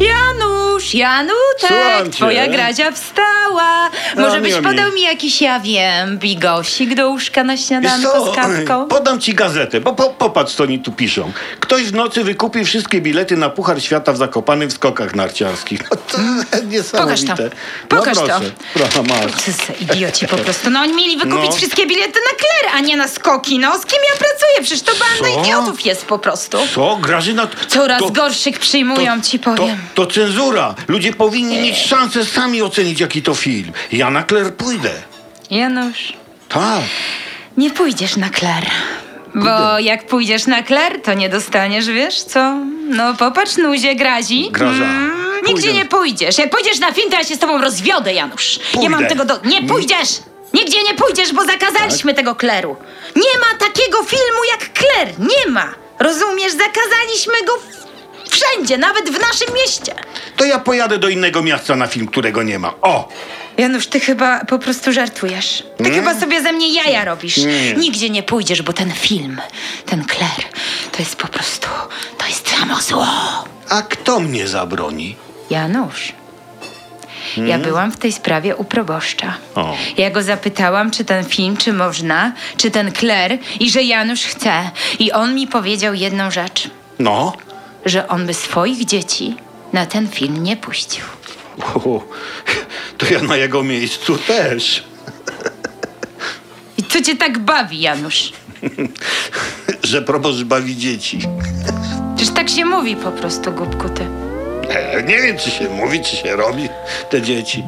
Janusz, Janutek, Słucham cię. twoja Gradzia wstała. Może A, byś miło mi. podał mi jakiś, ja wiem, bigosik do łóżka na Wiesz śniadanko z kawką? podam ci gazetę, bo po, popatrz, co oni tu piszą. Ktoś w nocy wykupił wszystkie bilety na Puchar Świata w Zakopanym w skokach narciarskich. No to niesamowite. Pokaż to. No Pokaż to. proszę, proszę, masz. Co za idioci po prostu. No oni mieli wykupić No. wszystkie bilety na kler, a nie na skoki. No z kim ja pracuję? Przecież to banda Co? idiotów jest po prostu. Co? Grażyna... Coraz to- gorszych przyjmują, ci powiem. To, to cenzura. Ludzie powinni mieć szansę sami ocenić, jaki to film. Ja na Kler pójdę. Janusz, Tak. nie pójdziesz na kler. Bo jak pójdziesz na kler, to nie dostaniesz, wiesz co? No popatrz, nuzie grazi. Mm, Graża, nigdzie pójdę. nie pójdziesz. Jak pójdziesz na film, to ja się z tobą rozwiodę, Janusz. Nie Pójdę. mam tego do... Nie pójdziesz! Nigdzie nie pójdziesz, bo zakazaliśmy Tak. tego kleru. Nie ma takiego filmu jak kler. Nie ma. Rozumiesz? Zakazaliśmy go w- wszędzie, nawet w naszym mieście. To ja pojadę do innego miasta na film, którego nie ma. O! Janusz, ty chyba po prostu żartujesz. Ty chyba sobie ze mnie jaja robisz. Nie. Nigdzie nie pójdziesz, bo ten film, ten Claire, to jest po prostu, to jest samo zło. A kto mnie zabroni? Janusz, ja byłam w tej sprawie u proboszcza. O. Ja go zapytałam, czy ten film, czy można, czy ten Claire i że Janusz chce. I on mi powiedział jedną rzecz, No. że on by swoich dzieci na ten film nie puścił. O, to ja na jego miejscu też. I co cię tak bawi, Janusz? Że proboszcz bawi dzieci. Przecież tak się mówi po prostu, głupku ty. E, Nie wiem, czy się mówi, czy się robi te dzieci.